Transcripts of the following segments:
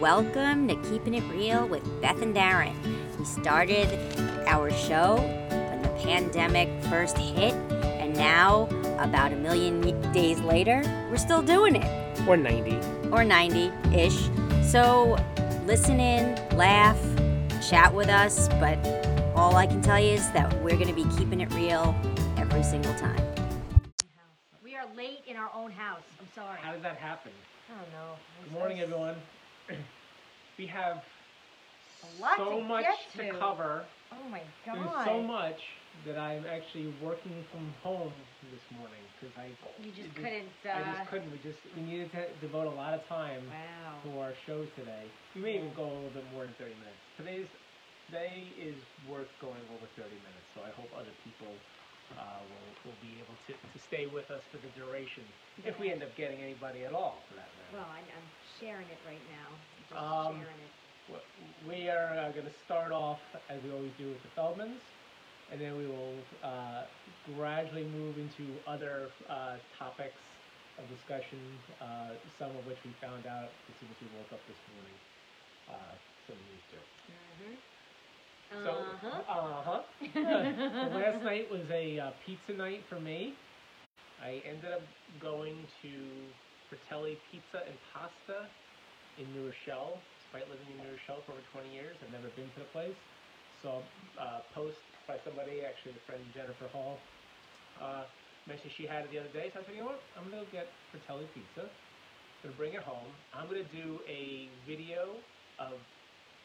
Welcome to Keeping It Real with Beth and Darren. We started our show when the pandemic first hit, and now, about a million y- days later, we're still doing it Or 90. or 90 ish. So listen in, laugh, chat with us, but all I can tell you is that we're going to be keeping it real every single time. We are late in our own house. I'm sorry. How did that happen? I don't know. Good morning, everyone. We have A lot so to much get to to. cover. Oh my There's god. so much that I'm actually working from home this morning because I You it just couldn't. I Uh, just couldn't. We just we needed to devote a lot of time Wow. to our show today. We may even go a little bit more than 30 minutes. Today's today is worth going over 30 minutes. So I hope other people uh, will, will be able to, to stay with us for the duration, if we end up getting anybody at all for that matter. Well, I'm, I'm sharing it right now. I'm Just Um, sharing it. We are uh, going to start off, as we always do, with the Feldmans, and then we will uh, gradually move into other uh, topics of discussion, uh, some of which we found out as soon as we woke up this morning. Uh, some news too. Mhm. So, Uh-huh. uh-huh. So last night was a uh, pizza night for me. I ended up going to Fratelli Pizza and Pasta in New Rochelle. Despite living in New Rochelle for over 20 years, I've never been to the place. Saw a post by somebody, actually a friend Jennifer Hall, uh, mentioned she had it the other day. So I said, you know what? I'm gonna go get Fratelli Pizza. Gonna bring it home. I'm gonna do a video of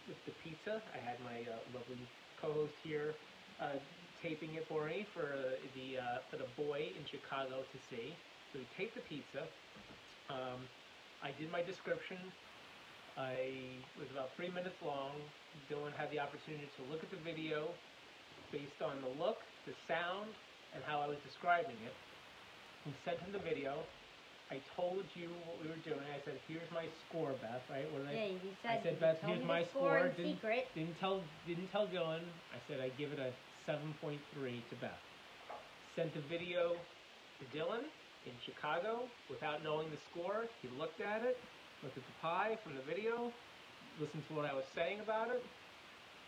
with the pizza. I had my uh, lovely co-host here uh, taping it for me for uh, the uh, for the boy in Chicago to see. So we taped the pizza. Um, I did my description. I it was about three minutes long. Dylan had the opportunity to look at the video based on the look, the sound, and how I was describing it. He sent him the video. I told you what we were doing. I said, "Here's my score, Beth." Right? What did I yeah, you said. said, you Beth, told here's me my the score score, in didn't- secret. Didn't tell didn't tell Dylan. I said I give it a 7.3 to Beth. Sent the video to Dylan in Chicago without knowing the score. He looked at it, looked at the pie from the video, listened to what I was saying about it.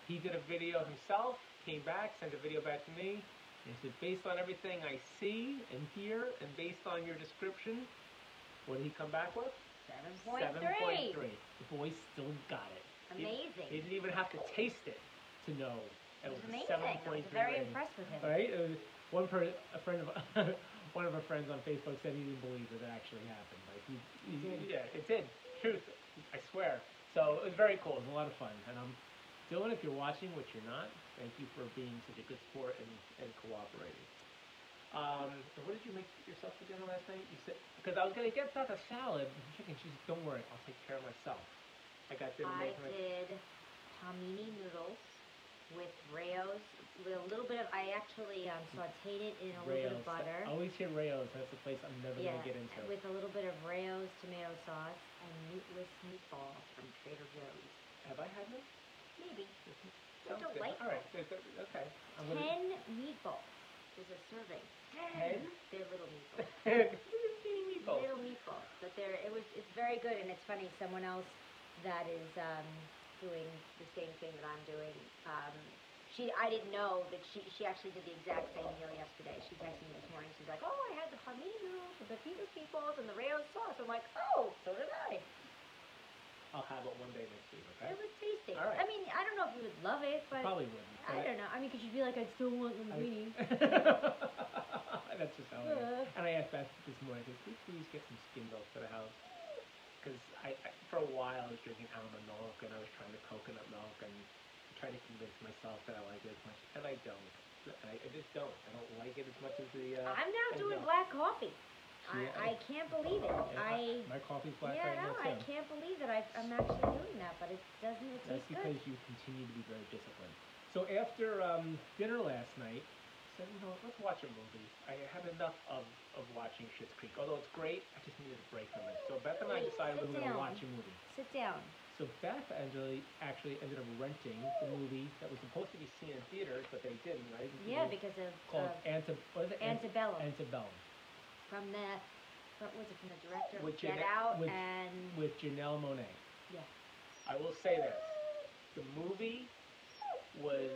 He did a video himself, came back, sent a video back to me, and he said, based on everything I see and hear, and based on your description, what did he come back with? Seven point 7.3. three. The boy still got it. Amazing. He didn't even have to taste it to know it It was, was amazing. a seven I was point three. very impressed with him. Right? It was- one per, a friend of one of our friends on Facebook said he didn't believe that it actually happened. Like he, he- It did. yeah, it did. Truth, I swear. So it was very cool. It was a lot of fun. And um, Dylan, if you're watching, which you're not, thank you for being such a good sport and, and cooperating. Um, and what did you make yourself for dinner last night? You said because I was gonna get Beth a salad and chicken. She said, "Don't worry, I'll take care of myself." I got dinner I made for my- did tahini noodles with Rayos, with a little bit of, I actually um, sauteed it in a little bit Rails. of butter. I always hear Rails. That's the place I'm never Yeah, oh, gonna get into. with a little bit of Rayo's tomato sauce and meatless meatballs from Trader Joe's. Have I had them? Maybe Mm-hmm. Sounds good. delightful. All right. there's a- Okay. I'm gonna- ten meatballs is a serving. Ten? They're little meatballs. Teeny meatballs. Little meatballs, but they're it was it's very good and it's funny. Someone else that is um, doing the same thing that I'm doing. Um, she I didn't know that she she actually did the exact same meal yesterday. She texted me this morning. She's like, oh, I had the honey noodles with the pizza meatballs and the Rayo's sauce. I'm like, oh, so did I. I'll have it one day next week. Okay. It was tasty. All right. I mean, I don't know if you would love it, but Probably I wouldn't. don't know. I mean, 'cause you'd be like, I still want I- linguine. but- That's just how it is. Yeah. And I asked Beth this morning, I said, "Can you please get some skin milk for the house? Because I, I, for a while, I was drinking almond milk, and I was trying to coconut milk, and trying to convince myself that I like it as much, and I don't. I, I just don't. I don't like it as much as the. Uh, I'm now I doing know. black coffee. Yeah. I, I can't believe it. Yeah, I my coffee's black yeah, right no, now I too. can't believe that I've, I'm actually doing that, but it doesn't. It That's tastes because good. you continue to be very disciplined. So after um, dinner last night, I said, you know what, let's watch a movie. I had enough of, of watching Schitt's Creek. Although it's great, I just needed a break from it. So Beth and I Please decided we sit were going to down. watch a movie. Sit down. So Beth actually, actually ended up renting the movie that was supposed to be seen in theaters, but they didn't, right? It Yeah, was because of called uh, Antib- what is it? Ant- Antebellum Antebellum from the what was it from the director of With Get Jeanette- Out with- and with Janelle Monet. Yeah. I will say this: the movie was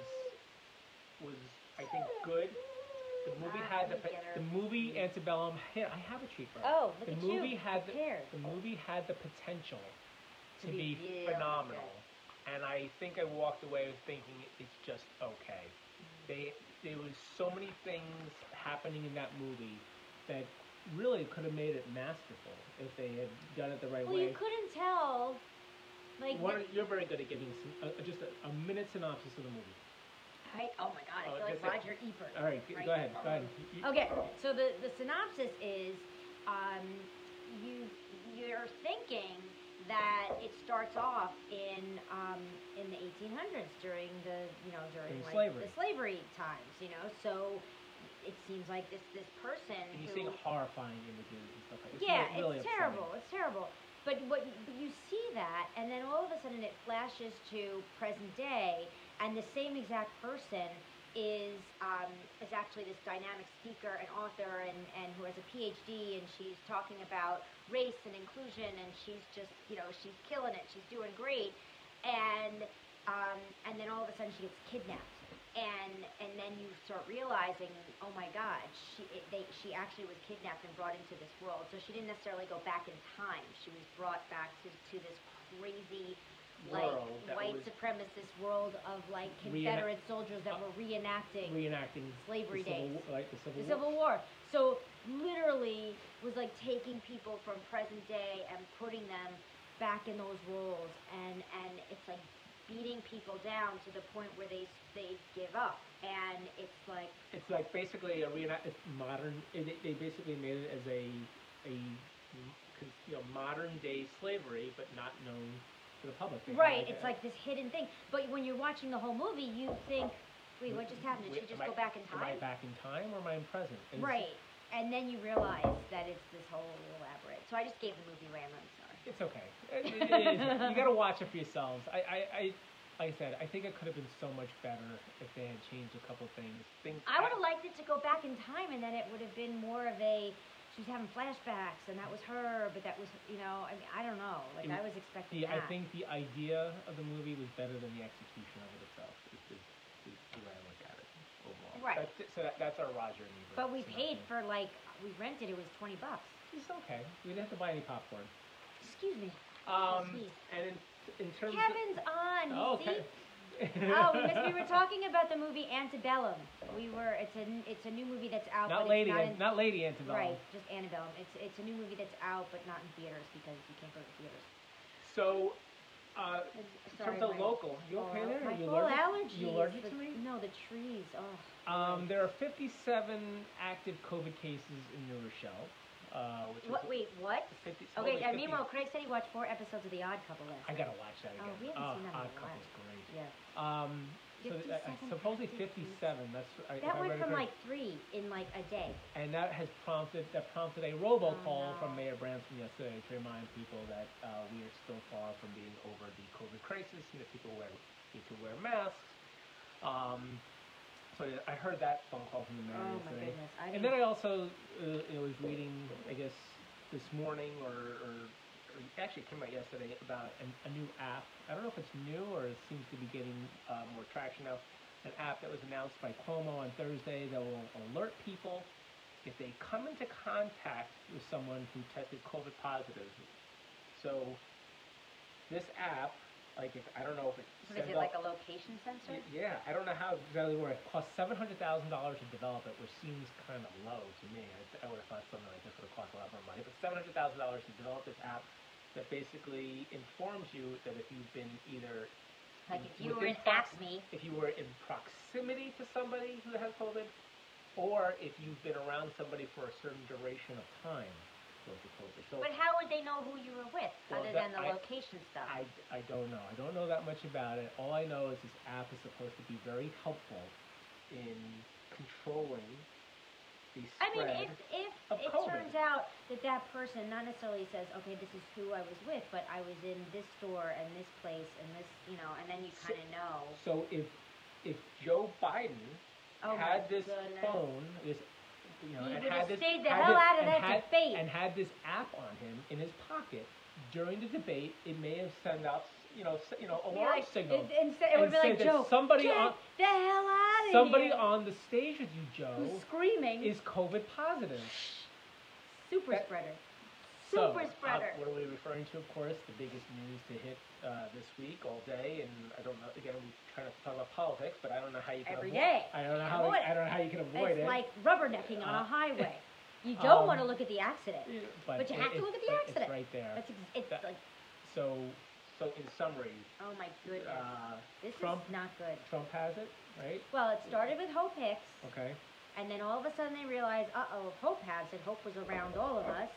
was I think good. The movie Ah, had let the me get her. the movie Antebellum. Hey, I have a cheaper. Oh, look the at movie you. had the, prepared. the movie had the potential to To be be really phenomenal, and I think I walked away with thinking it's just okay. They there was so many things happening in that movie that really could have made it masterful if they had done it the right Well, way. you couldn't tell. Like, Why the- don't- you're very good at giving some, uh, just a, a minute synopsis of the movie. I, oh my God, I Oh, feel like that's it. Roger Ebert. All right, g- Right. go ahead. Go ahead. You- Okay, so the, the synopsis is um, you you're thinking that it starts off in um, in the 1800s during the you know during During like slavery. the slavery times you know so it seems like this this person and you're who seeing horrifying images and stuff like that. yeah, really, really upsetting. it's terrible. It's terrible. But what but you see that, and then all of a sudden it flashes to present day, and the same exact person is um, is actually this dynamic speaker and author, and, and who has a PhD, and she's talking about race and inclusion, and she's just you know she's killing it. She's doing great, and um, and then all of a sudden she gets kidnapped and and then you start realizing, oh my God, she it, they, she actually was kidnapped and brought into this world. So she didn't necessarily go back in time. She was brought back to, to this crazy, like World that white was- supremacist world of like Reenact- Confederate soldiers that were reenacting Reenacting Slavery the Civil, days. War- like the Civil War. the Civil War. So literally was like taking people from present day and putting them back in those roles, and and it's like beating people down to the point where they they give up, and it's like It's like basically a reenact. It's modern. It, they- they basically made it as a a con- you know modern day slavery, but not known to the public. They right, had it's like this hidden thing. But when you're watching the whole movie, you think, wait, what just happened? Did uh, Wait, she just am go I- back in Am I time? back in time or am I in present? And it's- Right, and then you realize that it's this whole elaborate. So I just gave the movie random. Sorry. It's okay. It- it- it is. you got to watch it for yourselves. I, I, I, like I said, I think it could have been so much better if they had changed a couple things. Things I would have liked it to go back in time, and then it would have been more of a she was having flashbacks, and that was her, but that was you know I mean I don't know like Mm. I was expecting the, I that. think the idea of the movie was better than the execution of it itself. Is, is, is the way I look at it overall. Right. That's, so that, that's our Roger and Ebert. but we synopsis. paid for like we rented it was twenty bucks. It's okay. We didn't have to buy any popcorn. Excuse me, Um, Yes, and in, in terms Kevin's of on. you oh, see? okay. oh, because we were talking about the movie Antebellum. We were it's a n- it's a new movie that's out. but not it's lady, not not, in, lady Antebellum. right, just Antebellum. It's it's a new movie that's out, but not in theaters because you can't go to theaters. So, uh, in Sorry, terms of my- local, you Oh, okay there? My you full allergic? allergies. You allergic the- to me? No, the trees. Oh. Um, there are 57 active COVID cases in New Rochelle. Uh, which is What? Wait, what? 50, Okay, totally and 50. meanwhile, Craig said he watched four episodes of The Odd Couple I last. gotta watch that Oh, again. Ah, we haven't seen that in a Odd while. Couple's great. Yeah. Um, so th- uh, 57 supposedly active 57. That's I, if I That went read it from correct. like three in like a day. and that has prompted that prompted a robocall no. from Mayor Branson yesterday to remind people that uh, we are still far from being over the COVID crisis and that people wear need to wear masks. Um, so I heard that phone call from the mayor Oh my yesterday. goodness. I And then didn't. I also uh, you know, was reading, I guess, this morning or, or, or actually it came out yesterday about an, a new app. I don't know if it's new or it seems to be getting uh, more traction now. An app that was announced by Cuomo on Thursday that will alert people if they come into contact with someone who tested COVID positive. So this app, like if I don't know if it Is sends it out- like a location sensor? Y- Yeah, I don't know how exactly where it cost seven hundred thousand dollars to develop it, which seems kind of low to me. I, th- I would have thought something like this would have cost a lot more money, but seven hundred thousand dollars to develop this app that basically informs you that if you've been either Like if you were in within prox- AXME, if you were in proximity to somebody who has COVID, or if you've been around somebody for a certain duration of time with the COVID. So but how would they know who you were with Well, other that- than the I- location stuff? I, I don't know. I don't know that much about it. All I know is this app is supposed to be very helpful in controlling the I mean, spread. if if of it COVID. turns out that that person not necessarily says, okay, this is who I was with, but I was in this store and this place and this, you know, and then you So- kind of know. so if if Joe Biden Oh my had this goodness. phone, this you know, He and would have had this, stayed the had hell this- out of and that had- debate. and had this app on him in his pocket during the debate, it may have sent out you know, s- you know, Be alarm like- signal. it- Instead, it would and be say like that Joe. somebody get on- the hell out of Somebody here. on the stage with you, Joe, who's screaming is COVID positive. super that- spreader. So, Super uh, spreader. what are we referring to, of course? The biggest news to hit uh, this week, all day, and I don't know. Again, we try not to talk about politics, but I don't know how you can Every avoid. day. I don't know how. Avoid I don't know how you can avoid it. it's like rubbernecking on Uh, a highway. You don't want to um, look at the accident. Yeah, but you have to it- look at the but It's accident. right there. That's ex- it's that- like, so, so in summary, oh my goodness, uh, this Trump- is not good. Trump has it, right? Well, it started with Hope Hicks. Okay. And then all of a sudden they realized, uh-oh, Hope has it. Hope was around all of us.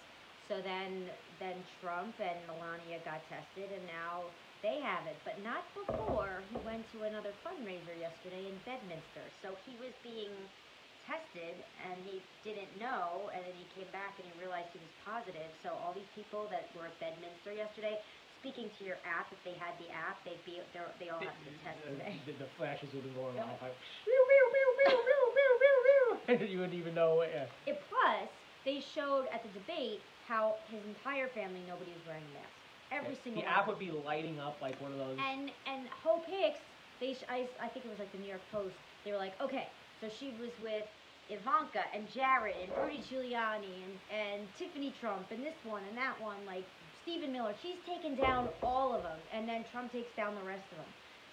So then, then Trump and Melania got tested, and now they have it. But not before he went to another fundraiser yesterday in Bedminster. So he was being tested, and he didn't know. And then he came back and he realized he was positive. So all these people that were at Bedminster yesterday, speaking to your app, if they had the app, they'd be they're- they all have to test today. The, the, the flashes would have gone Yeah. off. Like, pew, pew, pew, pew, pew, pew, pew, pew. you wouldn't even know. Uh, It plus they showed at the debate how his entire family nobody was wearing masks. Every single the app one. would be lighting up like one of those. And and Hope Hicks, they sh- I, I think it was like the New York Post. They were like, okay, so she was with Ivanka and Jared and Rudy Giuliani and and Tiffany Trump and this one and that one, like Stephen Miller. She's taken down all of them, and then Trump takes down the rest of them.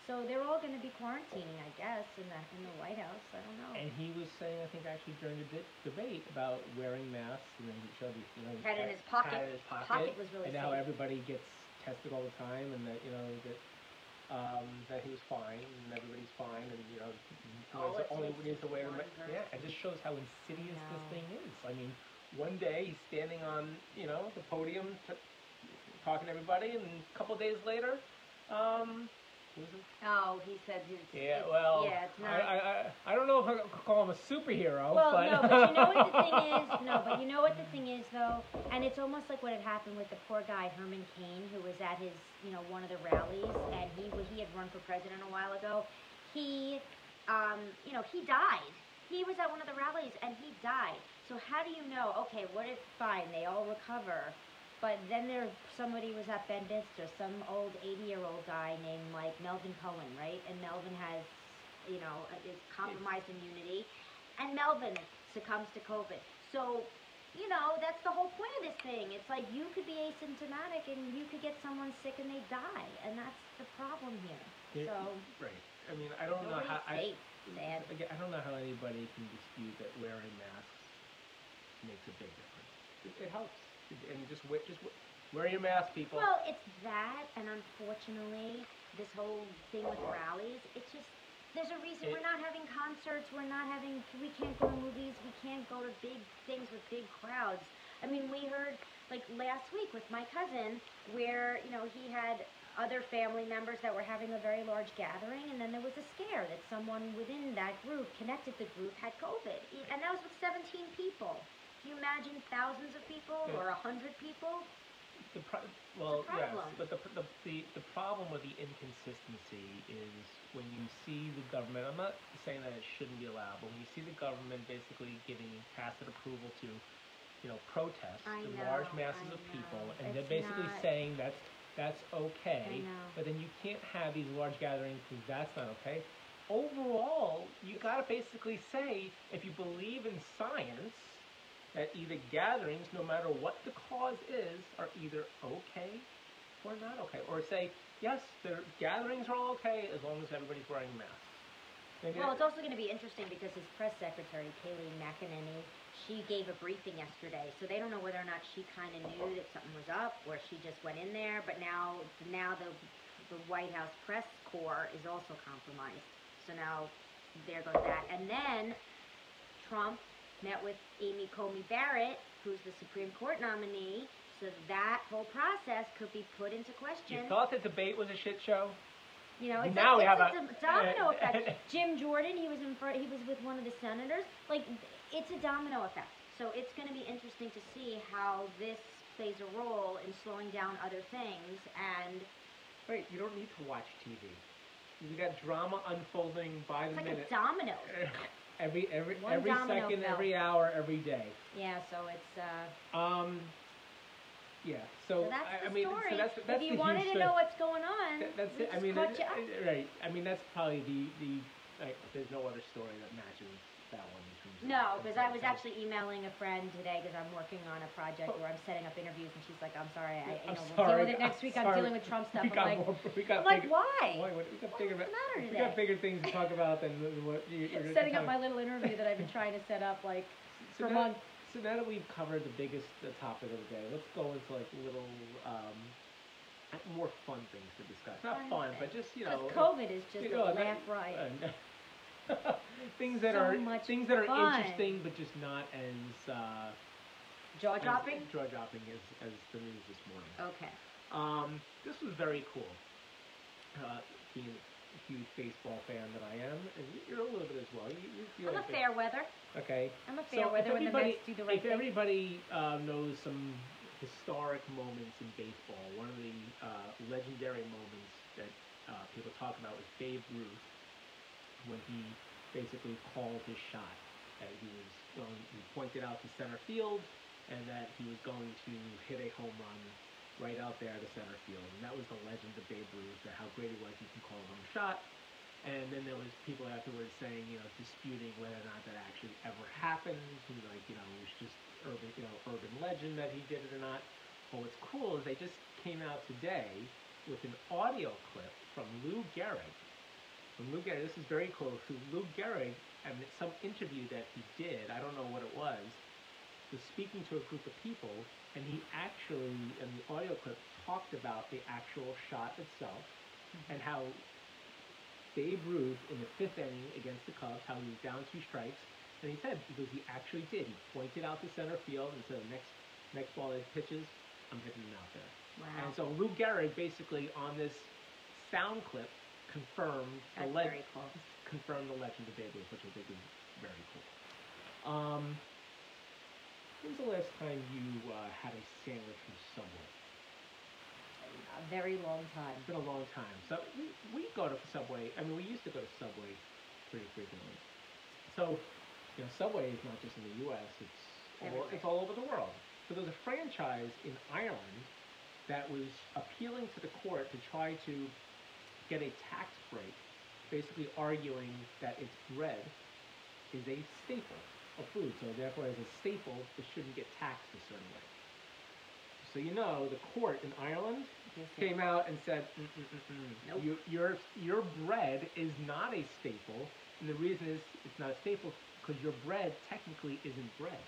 So they're all going to be quarantining, I guess, in the in the White House. I don't know. And he was saying, I think actually during the di- debate about wearing masks, and then he showed his, you know, his Had it in pa- his pocket. had it in his pocket, Pocket was really and how safe. everybody gets tested all the time, and that you know that um, that he was fine, and everybody's fine, and you know he All was it only takes needs to is wear a one ma- person. yeah. It just shows how insidious this know. thing is. I mean, one day he's standing on you know the podium t- talking to everybody, and a couple days later, um, who was it? Oh, he said he's Yeah, it's- well, yeah, it's not. I, I, I- I don't know if I could call him a superhero, Well, but no, but you know what the thing is? No, but you know what the thing is, though? And it's almost like what had happened with the poor guy, Herman Cain, who was at his, you know, one of the rallies, and he, wa- he had run for president a while ago. He, um, you know, he died. He was at one of the rallies, and he died. So how do you know, okay, what if, fine, they all recover, but then there, somebody was at Bedminster, some old 80-year-old guy named, like, Melvin Cohen, right? And Melvin has, you know, is compromised immunity and Melvin succumbs to COVID. So, you know, that's the whole point of this thing. It's like you could be asymptomatic and you could get someone sick and they die, and that's the problem here. Yeah, So right. I mean, I don't know nobody's how. I, safe. Sad. again, I don't know how anybody can dispute that wearing masks makes a big difference. It, it helps, It- and just wear, just we- wear your mask, people. Well, it's that, and unfortunately, this whole thing with rallies, it's just there's a It- reason we're not having concerts, we're not having, we can't go to movies, we can't go to big things with big crowds. I mean, we heard like last week with my cousin, where you know he had other family members that were having a very large gathering, and then there was a scare that someone within that group, connected the group, had COVID, E- and that was with 17 people. Can you imagine thousands of people Yeah. or a hundred people? the pro- well, yes, problem. but the, the the the problem with the inconsistency is when you see the government. I'm not saying that it shouldn't be allowed, but when you see the government basically giving tacit approval to, you know, protests I to large know, masses I of people, know. and they're It's basically not- saying that's that's okay, I know. but then you can't have these large gatherings because that's not okay. Overall, you gotta basically say if you believe in science that either gatherings, no matter what the cause is, are either okay or not okay. Or say, yes, the gatherings are all okay as long as everybody's wearing masks. Maybe Well, that- it's also going to be interesting because his press secretary, Kaylee McEnany, she gave a briefing yesterday, so they don't know whether or not she kind of knew that something was up, or she just went in there. But now, now the the White House press corps is also compromised. So now, there goes that. And then Trump met with Amy Comey Barrett, who's the Supreme Court nominee. So that whole process could be put into you question. thought the debate was a shit show? You know, it's Now like, we have it's a, a- dom- domino effect. Jim Jordan, he was in front, he was with one of the senators. Like, it's a domino effect. So it's going to be interesting to see how this plays a role in slowing down other things. And Wait, you don't need to watch TV. You got drama unfolding by the it's like minute. a domino. every every One every domino second, fell. every hour, every day. Yeah. So it's. Uh, Um, yeah. So, so that's I, the I mean, story. so that's, that's if the you wanted huge to thing. know what's going on, That- that's We it. I just mean, caught it- you up. it- right. I mean, that's probably the the. Like, there's no other story that matches that one. in terms of- No, because I was Okay. actually emailing a friend today because I'm working on a project where I'm setting up interviews, and she's like, "I'm sorry, I, you Oh, I'm know, we'll deal sorry, with it next I'm week. I'm sorry. dealing with Trump stuff." We I'm got like, more. We got I'm like, bigger- why? why? what- We got What's bigger. the matter We got today? bigger things to talk about than than what you. you're Setting up talking- my little interview that I've been trying to set up like so for now, months. So now that we've covered the biggest the topic of the day, let's go into like little um, more fun things to discuss. Not Fun fun, things. but just you Because know. COVID is just you a know, that- laugh riot. uh, things that So are much things that are fun. interesting, but just not as uh, Jaw dropping. Jaw dropping as as the news this morning. Okay. Um, this was very cool. Uh, being a huge baseball fan that I am, and you- you're a little bit as well. You, you, you I'm a like fair weather. base- Okay. I'm a So fair if weather when the everybody- Mets do the right if thing. everybody uh, knows some historic moments in baseball, one of the uh, legendary moments that uh, people talk about was Babe Ruth when he basically called his shot. That he was going, he pointed out to center field, and that he was going to hit a home run right out there to center field. And that was the legend of Babe Ruth, that how great it was he can call his own shot. And then there was people afterwards saying, you know, disputing whether or not that actually ever happened. And like, you know, it was just urban, you know, urban legend that he did it or not. But what's cool is they just came out today with an audio clip from Lou Gehrig. From Lou Gehrig, this is very cool. So Lou Gehrig, I mean, some interview that he did, I don't know what it was, was speaking to a group of people, and he actually, in the audio clip, talked about the actual shot itself and how Babe Ruth in the fifth inning against the Cubs, how he was down two strikes, and he said because he actually did. He pointed out the center field and said, "Next, next ball that he pitches, I'm hitting it out there." wow. And so Lou Gehrig basically on this sound clip confirmed That's the leg very cool. confirm the legend of Babe Ruth, which I think is very cool. Um, when was the last time you uh, had a sandwich from Subway? A very long time. It's been a long time. So we, we go to Subway. I mean, we used to go to Subway pretty frequently. So, you know, Subway is not just in the U.S. It's all, Everywhere. it's all over the world. So there's a franchise in Ireland that was appealing to the court to try to get a tax break, basically arguing that its bread is a staple of food. So therefore, as a staple, it shouldn't get taxed a certain way. So you know, the court in Ireland Yes, yes. came out and said, mm, mm, mm, mm. Nope. Your, your your bread is not a staple, and the reason is it's not a staple because your bread technically isn't bread.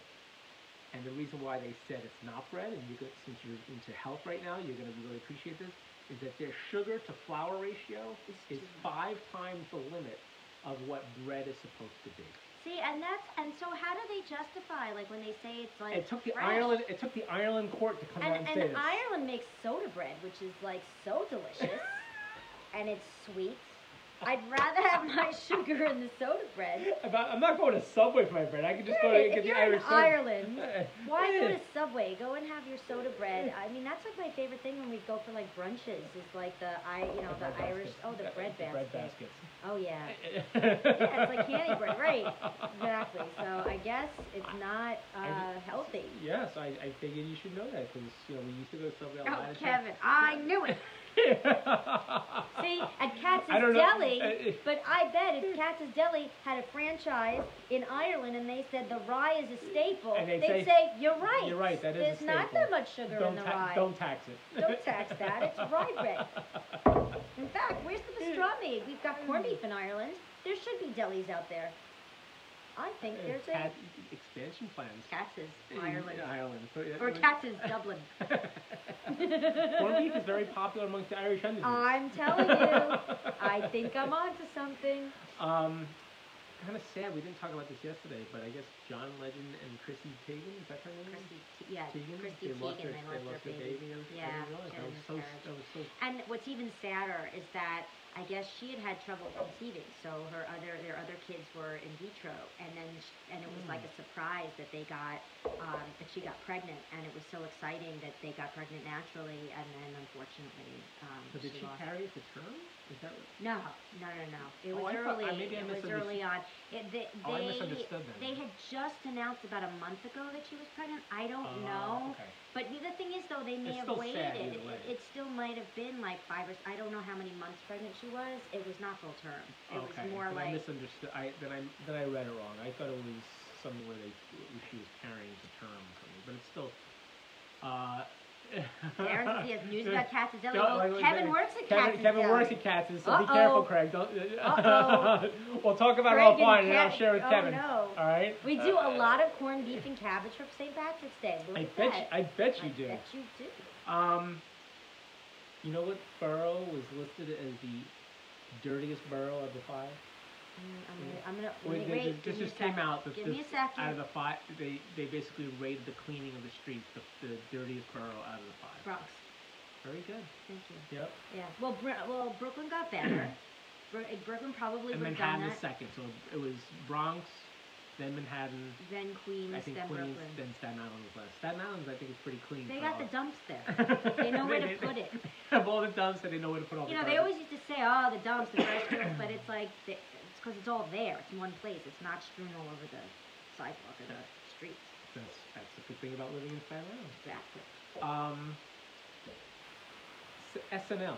And the reason why they said it's not bread, and you could, since you're into health right now, you're going to really appreciate this, is that their sugar to flour ratio It's is too much. five times the limit of what bread is supposed to be. See, and that's and so how do they justify like when they say it's like It took the fresh? Ireland it took the Ireland court to come out and, and, say and this. Ireland makes soda bread, which is like so delicious, and it's sweet. I'd rather have my sugar in the soda bread. About, I'm not going to Subway for my bread. I could just go to Right, get If the you're Irish in soda. Ireland, Uh, why go yeah. to Subway? Go and have your soda bread. I mean, that's like my favorite thing when we go for like brunches. Is like the I, you know, the bread Irish. baskets. Oh, the Yeah, bread the bread basket. baskets. Oh yeah. yeah, Yeah, it's like candy bread, right? Exactly. So I guess it's not uh, healthy. Yes, I, I figured you should know that because you know we used to go to Subway. a Oh, lot of times. Kevin, I knew it. See, at Katz's I don't know. Deli, Uh, uh, but I bet if Katz's Deli had a franchise in Ireland and they said the rye is a staple, And they'd they'd say, say, you're right. "You're right, that is a There's not staple. that much sugar in don't, the ta- rye. don't tax it. Don't tax that. It's rye bread. In fact, where's the pastrami? We've got corned beef in Ireland. There should be delis out there. I think there's a Cat- expansion plans. Katz's in Ireland. Ireland. So, yeah, Or it was- Katz's Dublin. Corned beef is very popular amongst the Irish underneath. I'm telling you, I think I'm onto something. Um, kind of sad we didn't talk about this yesterday, but I guess John Legend and Chrissy Teigen, is that her name? Chrissy, Te- yeah, Teigen? Chrissy they lost Teigen, their, they they lost their baby. baby. I was- I Yeah, didn't realize she that had a was so, miscarriage. that was so And what's even sadder is that I guess she had had trouble conceiving, so her other their other kids were in vitro, and then sh and it was like a Hmm. surprise that they got um, that she got pregnant, and it was so exciting that they got pregnant naturally, and then unfortunately um, So did she lost. carry it to term? Is that what? No, no, no, no. It Oh, was I thought- I- early. maybe I it was misunderstood. early on. It, they, Oh, I they, misunderstood then. Oh, They had just announced about a month ago that she was pregnant. I don't Uh, know. Okay. But you- the thing is, though, they may It's have still sad waited. either It, way. it, it still might have been like five or I don't know how many months pregnant she was. It was not full term. It okay. was more then I like misunderstood. I then I then I read it wrong. I thought it was something where they she was carrying the term or something, but it's still. Uh, Aaron Diaz, news about Cassizelli. Don't- Well, wait, Kevin wait. works at Kevin, Kevin Cassizelli. works at Katz's, so be Uh-oh. careful, Craig. Don't. Uh-oh. we'll talk about Craig it offline, and, I'll Cat- share with oh, Kevin. no. All right. We do a lot of corned beef and cabbage for St. Patrick's Day. Look I at bet. that. You, I bet you I do. bet you do. Mm, Um, you know what borough was listed as the dirtiest borough of the five? Mm, I'm gonna. I'm Wait, gonna. Wait, th- th- wait, give this me a just came second. out. This, Give me this- a second. Out of the five, they they basically rated the cleaning of the streets, the, the dirtiest borough out of the five. Bronx. Very good. Thank you. Yep. Yeah. Well, Br- well, Brooklyn got better. Bro- Brooklyn probably and would have done Manhattan is that. second, so it was Bronx, then Manhattan. Then Queens, I think then Queens, Brooklyn. then Staten Island was last. Staten Island, I think, is pretty clean. They for got all- the dumps there. they They know where to they- put it. Of all the dumps, and they know where to put all You the know, they garbage. always used to say, "Oh, the dumps, the trash dumps," but it's like the, it's because it's all there. It's in one place. It's not strewn all over the sidewalk or the streets. That's, that's the good thing about living in Staten Island. Exactly. Um, S- SNL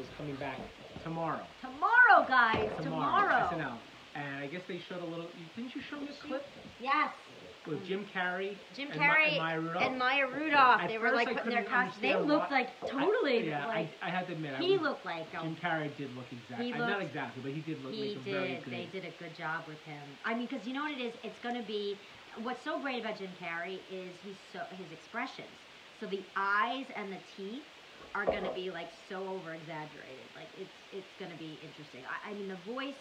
is coming back tomorrow. Tomorrow, guys. Tomorrow. SNL. Tomorrow. And I guess they showed a little. Didn't you show me a clip Yes. with Jim Carrey? Mm-hmm. Jim and Ma- Carrey and Maya Rudolph? and Maya Rudolph. At they were first like I putting their couldn't costumes. They understand looked why- like totally I, yeah, like I, I had to admit, I he was, looked like a Jim Carrey did look exactly. He not looked- exactly, but he did look He like a very did. good. They did a good job with him. I mean, because you know what it is? It's going to be what's so great about Jim Carrey is he's so his expressions. So the eyes and the teeth are going to be like so over exaggerated. Like it's it's going to be interesting. I, I mean, the voice.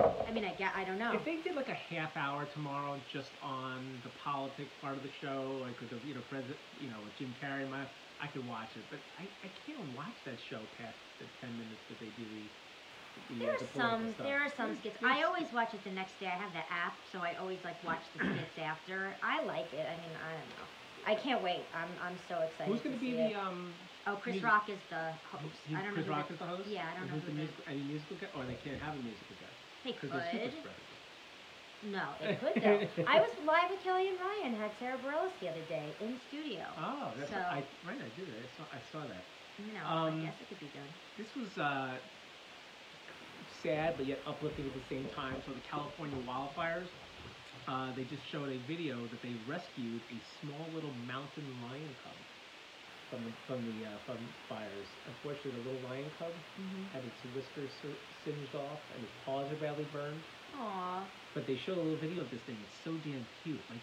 I mean, I get. I don't know. If they did like a half hour tomorrow just on the politics part of the show, like with the you know president, you know with Jim Carrey, and my, I could watch it. But I, I can't watch that show past the ten minutes that they do the. the There uh, are the political some. stuff. There are some skits. There's- I always watch it the next day. I have the app, so I always like watch the skits after. I like it. I mean, I don't know. I can't wait. I'm I'm so excited. Who's going to to be the see it. um? Oh, Chris mu- Rock is the host. who- I don't Chris know. who Rock the- is the host. Yeah, I don't Or know who's who the the- musical, any musical guest, or they can't have a musical guest They because could. they're super spreaders. No, they could though. I was live with Kelly and Ryan. Had Sarah Bareilles the other day in studio. Oh, that's So- I right. I did it. I saw, I saw that. you know, um, I guess it could be done. This was uh, sad but yet uplifting at the same time. So the California wildfires, uh, they just showed a video that they rescued a small little mountain lion cub from the from the uh, from fires. Unfortunately, the little lion cub had its whiskers sir- singed off and its paws are badly burned. Aw, But they showed a little video of this thing. It's so damn cute. Like,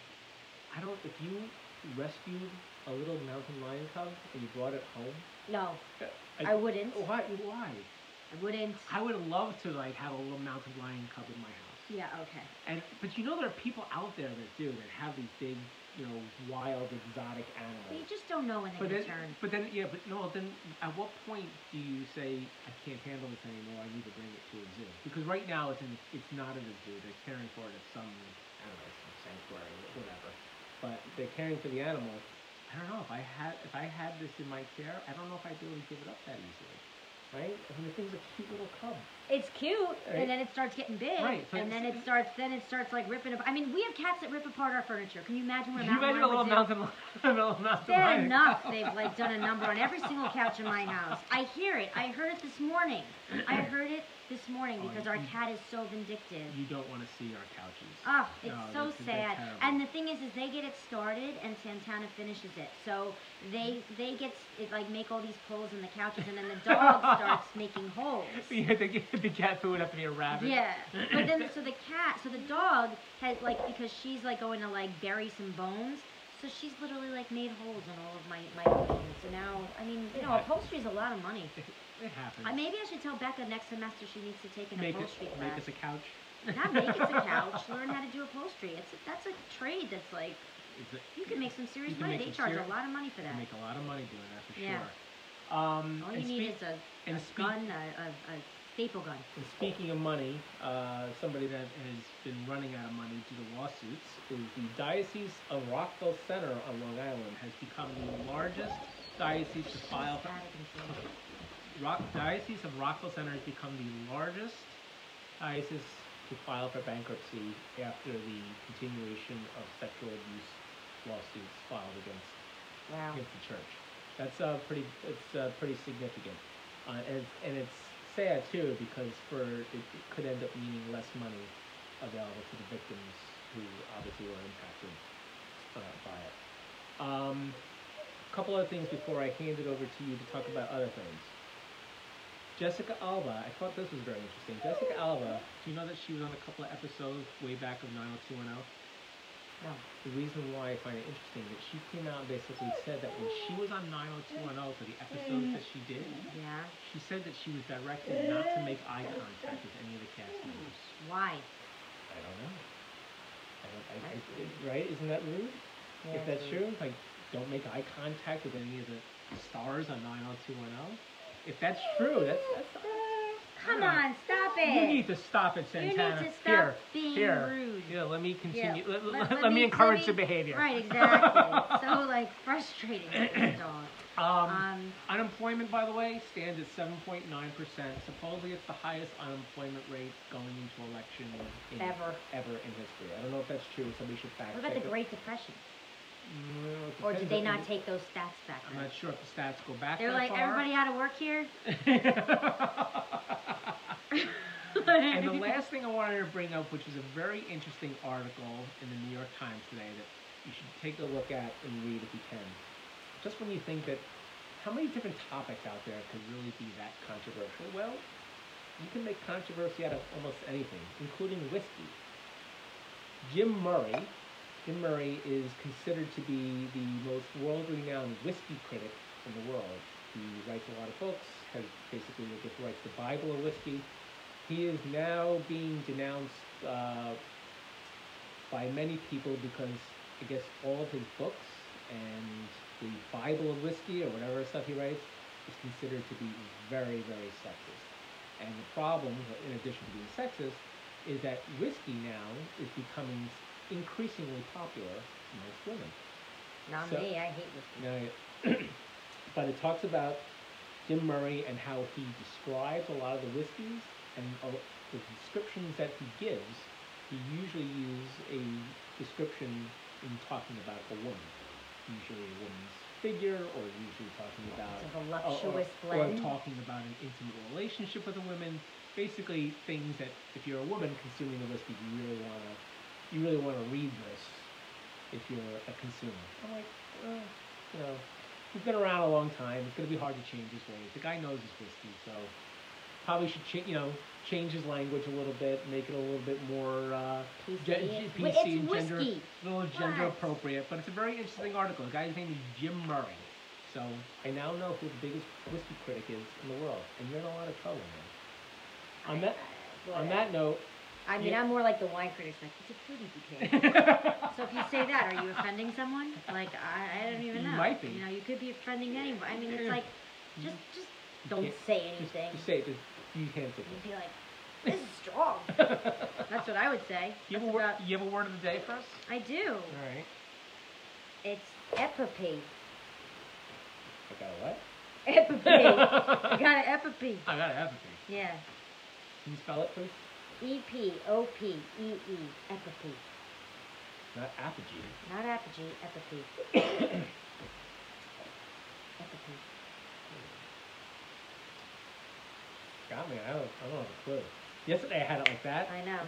I don't. If you rescued a little mountain lion cub and you brought it home, no, Uh, I- Oh, I, wouldn't. why? Why? I wouldn't. I would love to like have a little mountain lion cub in my house. Yeah. Okay. And but you know there are people out there that do that have these big, you know, wild exotic We animals. just don't know when they But then, return. but then, yeah, but no. Then, at what point do you say I can't handle this anymore? I need to bring it to a zoo because right now it's in, it's not at a zoo. They're caring for it at some I don't know some sanctuary or whatever. But they're caring for the animal. I don't know if I had if I had this in my care. I don't know if I'd be able to give it up that easily, right? I mean, the thing's a cute little cub. It's cute, Right. and then it starts getting big, Right, so and then it's- it starts. Then it starts like ripping. Up. I mean, we have cats that rip apart our furniture. Can you imagine what Can a you imagine mountain a little lion would do? mountain, lion- a little mountain Bad lion? enough they've like done a number on every single couch in my house. I hear it. I heard it this morning. I heard it this morning Oh, because you- our cat is so vindictive. You don't want to see our couches. Oh, it's No, that's- so that's sad. terrible. And the thing is, is they get it started and Santana finishes it. So they they get it like make all these holes in the couches, and then the dog starts making holes. yeah, the, the cat food would have to be a rabbit. Yeah, but then so the cat, so the dog has like because she's like going to like bury some bones, so she's literally like made holes in all of my my things. So now, I mean, you know, upholstery's a lot of money. It happens. Uh, maybe I should tell Becca next semester she needs to take an make us, upholstery make class. us a couch. Not make us a couch. Learn how to do upholstery. It's a, that's a trade that's like Is it- you can make some serious can money. make They some charge seri- a lot of money for you that. make a lot of money doing that for Yeah. sure. Um, all and you need speak- is a, and a speak- gun, a, a, a staple gun. And speaking of money, uh, somebody that has been running out of money due to lawsuits is the Diocese of Rockville Center on Long Island has become the largest diocese to file It's for out of control. Rock, Diocese of Rockville Center has become the largest diocese to file for bankruptcy after the continuation of sexual abuse lawsuits filed against Wow. against the church. That's uh, pretty. It's uh, pretty significant, uh, and it's, and it's sad too because for it, it could end up meaning less money available to the victims who obviously were impacted uh, by it. Um, a couple other things before I hand it over to you to talk about other things. Jessica Alba, I thought this was very interesting. Jessica Alba, do you know that she was on a couple of episodes way back of 90210? No. the reason why I find it interesting that she came out and basically said that when she was on 90210 for the episodes that she did, Yeah. she said that she was directed not to make eye contact with any of the cast members. Why? I don't know. I don't, I, it- it- right? Isn't that rude? Yeah, if that's it's true, like, don't make eye contact with any of the stars on 90210. If that's true, that's, that's Come Yeah. on, stop it. you need to stop it, You need Santana. to stop here, being here. rude. Yeah, let me continue. Let, Let- let- let let me me- encourage let the me- behavior. Right, exactly. so like frustrating for this dog. Um, Um, Unemployment, by the way, stands at 7.9%. Supposedly, it's the highest unemployment rate going into election in, Ever. ever in history. I don't know if that's true. Somebody should fact what about check the it. Great Depression? Well, it Or did depends they on not who- take those stats back I'm then? not sure if the stats go back. They're that like far. everybody out of work here. and the last thing I wanted to bring up, which is a very interesting article in the New York Times today that you should take a look at and read if you can. Just when you think that how many different topics out there could really be that controversial? Well, you can make controversy out of almost anything, including whiskey. Jim Murray, Jim Murray is considered to be the most world-renowned whiskey critic in the world. He writes a lot of books, has basically I guess, writes the Bible of whiskey. He is now being denounced uh, by many people because I guess all of his books and the Bible of whiskey or whatever stuff he writes is considered to be very, very sexist. And the problem, in addition to being sexist, is that whiskey now is becoming increasingly popular amongst women. Not So- me. I hate whiskey. Now, but it talks about Jim Murray and how he describes a lot of the whiskeys and a lo- the descriptions that he gives. He usually uses a description in talking about a woman, usually a woman's figure, or usually talking about It's a or- or- voluptuous Or blend. talking about an intimate relationship with a woman. Basically, things that if you're a woman consuming the whiskey, you really want to, you really want to read this if you're a consumer. I'm like, well, you know, he's been around a long time. It's gonna be hard to change his ways. The guy knows his whiskey, so probably should cha- you know change his language a little bit, make it a little bit more uh, PC. gen- But it's PC, gender, whiskey. a little gender What? appropriate. But it's a very interesting article. The guy's name is Jim Murray. So I now know who the biggest whiskey critic is in the world, and you're in a lot of trouble, man. On that, on that note, I mean, you- I'm more like the wine critics. Like, it's a fruity bouquet. so if you say that, are you offending someone? Like, I, I don't even You know. might be. You know, you could be offending anyone. I mean, it's like, just, just don't can't- say just, anything. just say it. Just, you can't say You'd be like, this is strong. it. That's what I would say. you, have a That's word, about- you have a word of the day for us? I do. All right. It's E epopee. I got a what? E Epopee. I got an epopee. I got an apathy. Yeah. Can you spell it, please? E P O P E E. Epopee. Not apogee. Not apogee, E epopee. epopee. Got me. I don't, I don't have a clue. Yesterday I had it like that. I know.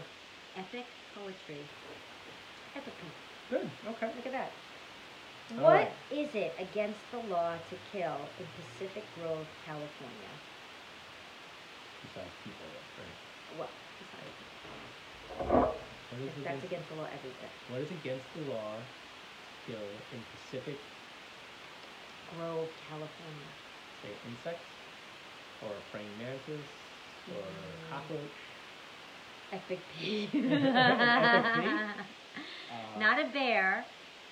Epic poetry. E Epopee. Good. Okay. Look at that. All What right. is it against the law to kill in Pacific Grove, California? Besides people, right? Well, sorry. What is, That's against, against the law everywhere. what is against the law to kill in Pacific, Grove, California. say, insects? Or praying mantis? Or Mm. cockroach? Epic pee. Uh, Not a bear.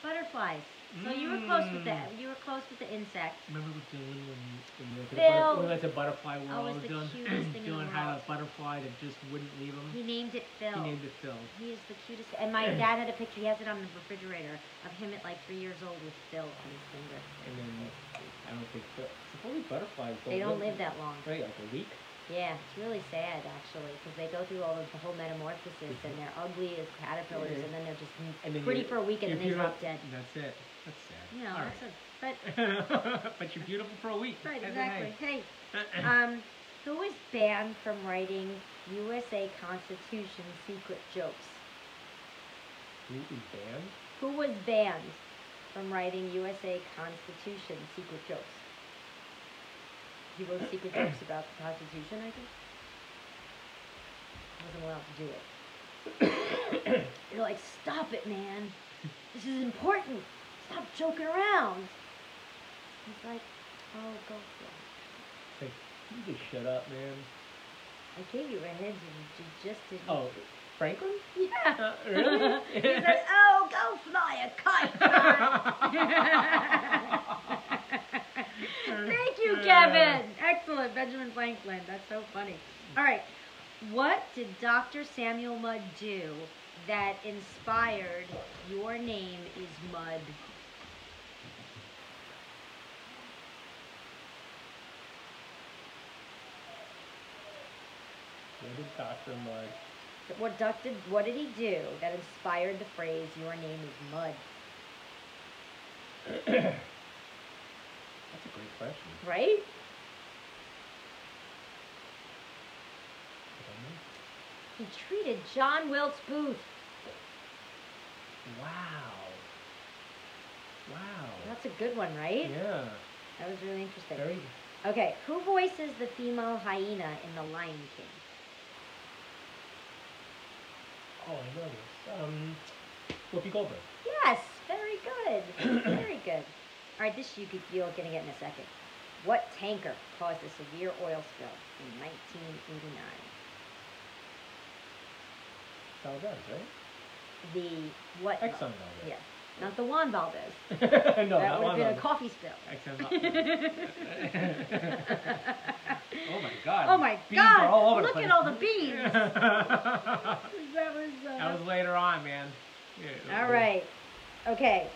Butterflies. So you were close with that. Mm. You were close with the insect. Remember with Dylan when, when we went to the Bill. butter- we went to Butterfly World? the Dylan, cutest thing in the Dylan had a world. butterfly that just wouldn't leave He him. named it Phil. He named it Phil. He is the cutest. And my dad had a picture. He has it on his refrigerator of him at like three years old with Phil on his finger. And then, I don't think Phil. Supposedly butterflies don't They don't live that long. Right, like a week? Yeah, it's really sad actually because they go through all of the whole metamorphosis and they're ugly as caterpillars Yeah. and then they're just And then pretty you- for a week and If then they you're drop not- dead. That's it. That's sad. You know, All that's right. a But but you're beautiful for a week. right, Hey, exactly. hey, Hey, hey. um, who was banned from writing USA Constitution secret jokes? Who is banned? Who was banned from writing USA Constitution secret jokes? He wrote secret jokes about the Constitution, I think. Wasn't allowed to do it. They're like, stop it, man. This is important. Stop joking around. He's like, oh, go for it. Hey, you just shut up, man. I gave you a hint and you just didn't. Oh, Franklin? Yeah. Uh, really? he said, oh, go fly a kite. Thank you, Kevin. Excellent. Benjamin Franklin. That's so funny. All right. What did Dr. Samuel Mudd do that inspired your name is Mudd? What did Dr. Mud? What, doctor, what did he do that inspired the phrase your name is Mud? That's a great question. Right? I don't know. He treated John Wilkes Booth Wow. Wow. That's a good one, right? Yeah. That was really interesting. Very. Okay, who voices the female hyena in The Lion King? Oh, I know this. Um, Whoopi Goldberg. Yes, very good. very good. All right, this you could, you're going to get in a second. What tanker caused a severe oil spill in 1989? Valdez, right? The what? Exxon Yeah, Valdez. not the Juan Valdez. no, that that would have one. been a Valdez. coffee spill. Exxon Valdez. oh my God. oh my Beans God! Are all over Look the place. at all the beans. that That was. Uh, was later on, man. Yeah, it was All later. right. Okay.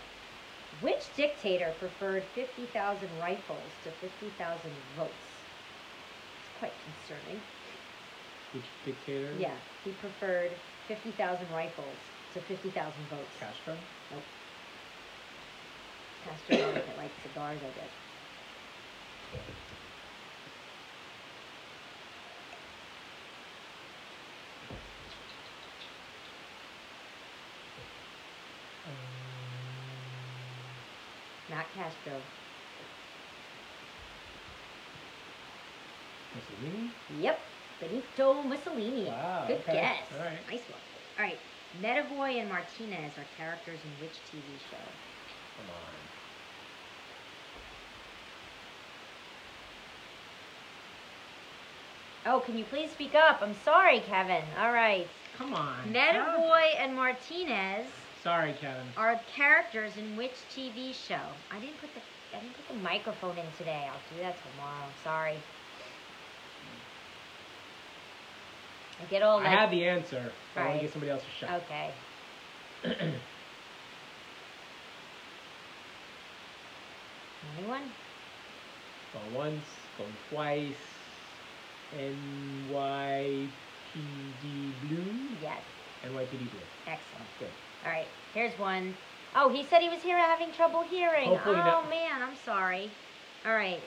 Which dictator preferred 50,000 rifles to 50,000 votes? It's quite concerning. Which dictator? Yeah, he preferred 50,000 rifles to 50,000 votes. Castro. Castro didn't like cigars, I guess. Not Castro. Mussolini. Yep, Benito Mussolini. Wow, Good okay. guess. All right. Nice one. All right. Medavoy and Martinez are characters in which TV show? Come on. Oh, can you please speak up? I'm sorry, Kevin. All right. Come on. Medavoy and Martinez Sorry, Kevin. are characters in which TV show? I didn't put the I didn't put the microphone in today. I'll do that tomorrow. Sorry. I get all Hmm. I like, had the answer. I want Right. to give somebody else a shot. Okay. Anyone? Gone once, gone twice. NYPD Blue. Yes. NYPD Blue. Oh, Excellent. Good. All right. Here's one. Oh, he said he was here having trouble hearing. Hopefully oh not. man, I'm sorry. All right.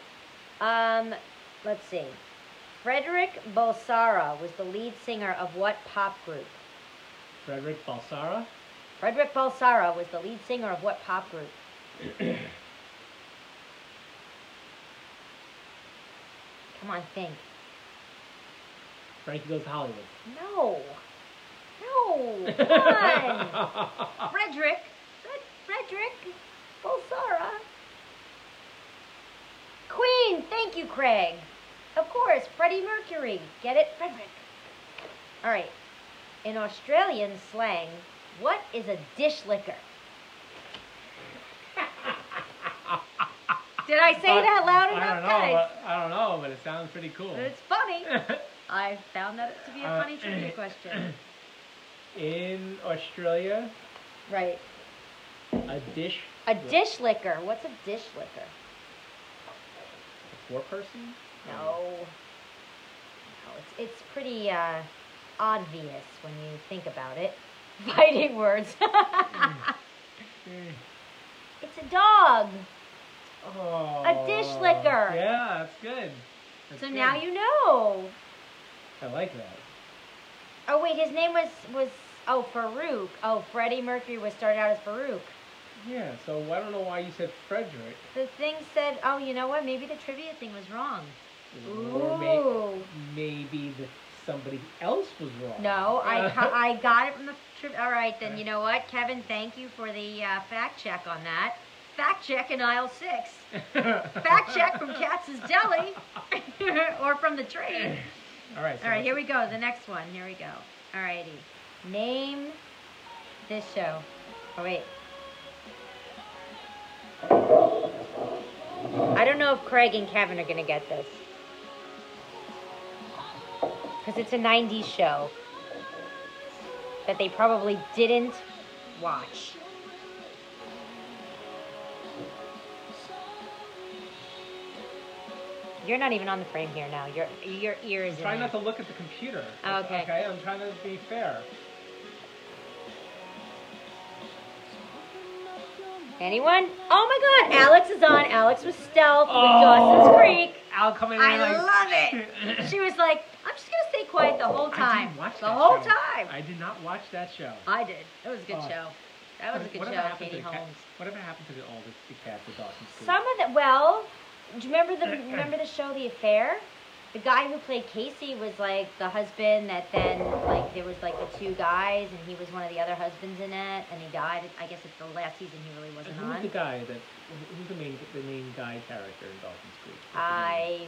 Um, let's see. Frederick Balsara was the lead singer of what pop group? Frederick Balsara. Frederick Balsara was the lead singer of what pop group? Come on, think. Frankie Goes to Hollywood. No. No. Come on. Frederick. Fred- Frederick. Oh, Bolsara. Queen. Thank you, Craig. Of course, Freddie Mercury. Get it? Frederick. All right. In Australian slang, what is a dish licker? Did I say that I loud don't enough, know. guys? But, I don't know, but it sounds pretty cool. It's funny. I found that to be a Uh, funny trivia question. In Australia, Right. a dish. A dish licker. What's a dish licker? Four person. No. No, it's, it's pretty uh, obvious when you think about it. Fighting words. it's a dog. Oh, A dish licker. Yeah, that's good. That's So good. now you know. I like that. Oh wait, his name was was oh Farouk. Oh, Freddie Mercury was started out as Farouk. Yeah. So I don't know why you said Frederick. The thing said, oh, you know what? Maybe the trivia thing was wrong. Or may- Ooh. maybe that somebody else was wrong. Uh, No, I ca- I got it from the trivia. All right, then you know what, Kevin? Thank you for the uh, fact check on that. Fact check in aisle six. Fact check from Katz's Deli or from the train. All right. So All right, here we go. The next one. Here we go. All righty. Name this show. Oh, wait. I don't know if Craig and Kevin are going to get this. Because it's a 90s show that they probably didn't watch. You're not even on the frame here now. Your your ear is in Try it. not to look at the computer. Oh, okay. Okay. I'm trying to be fair. Anyone? Oh my god, Alex is on. Alex was stealth with Oh. Dawson's Creek. I'll come in. I and like, love it. She was like, I'm just gonna stay quiet the whole I time. didn't watch the that whole show. time. I did not watch that show. I did. It was a good Oh. show. That was a good whatever show, happened to Katie the cat- Holmes. Whatever happened to the all the, the cats at Dawson's Creek? Some of the well, do you remember the remember the show The Affair? The guy who played Casey was like the husband that then like there was like the two guys and he was one of the other husbands in it and he died. I guess it's the last season he really wasn't Who's on. the guy that? Who's the main the main guy character in Dawson's Creek? What's his name? I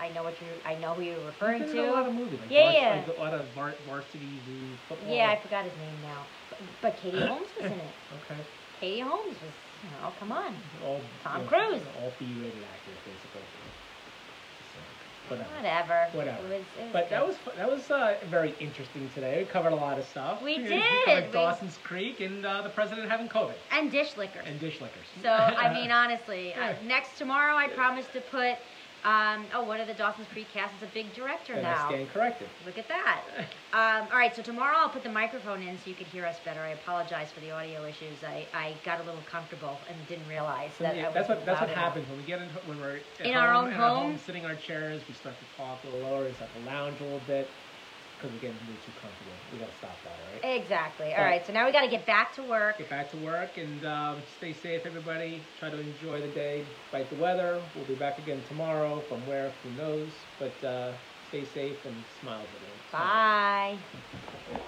I know what you I know who you're referring He's to. been in a lot of movies. Like Yeah, vars- yeah. Like a lot of var- varsity Blues football. Yeah, I forgot his name now. But, but Katie Holmes was in it. Okay. Katie Holmes was. Oh, come on. All, Tom yeah, Cruise. All B-rated actors, basically. So, whatever. Whatever. Whatever. It was, it was But that good. was fu- that was uh, very interesting today. We covered a lot of stuff. We covered did. We- Dawson's Creek and uh, the president having COVID And dish liquor. and dish lickers. So I mean, honestly, uh, next tomorrow I promise to put. Um, oh, one of the Dawson's Creek cast is a big director and I now. stand corrected. Look at that. Um, all right, so tomorrow I'll put the microphone in so you could hear us better. I apologize for the audio issues. I, I got a little comfortable and didn't realize So, that yeah, I that's wasn't what that's what loud enough. happens when we get in, when we're at In our home, own in our home? sitting in our chairs. We start to talk a little lower, we start to lounge a little bit because we're getting way too comfortable. We gotta stop that, all right? Exactly. All But- right, so now we got to get back to work. get back to work and um, stay safe, everybody. Try to enjoy the day, fight the weather. We'll be back again tomorrow. From where, who knows? But uh, stay safe and smile, everyone. Smile. Bye.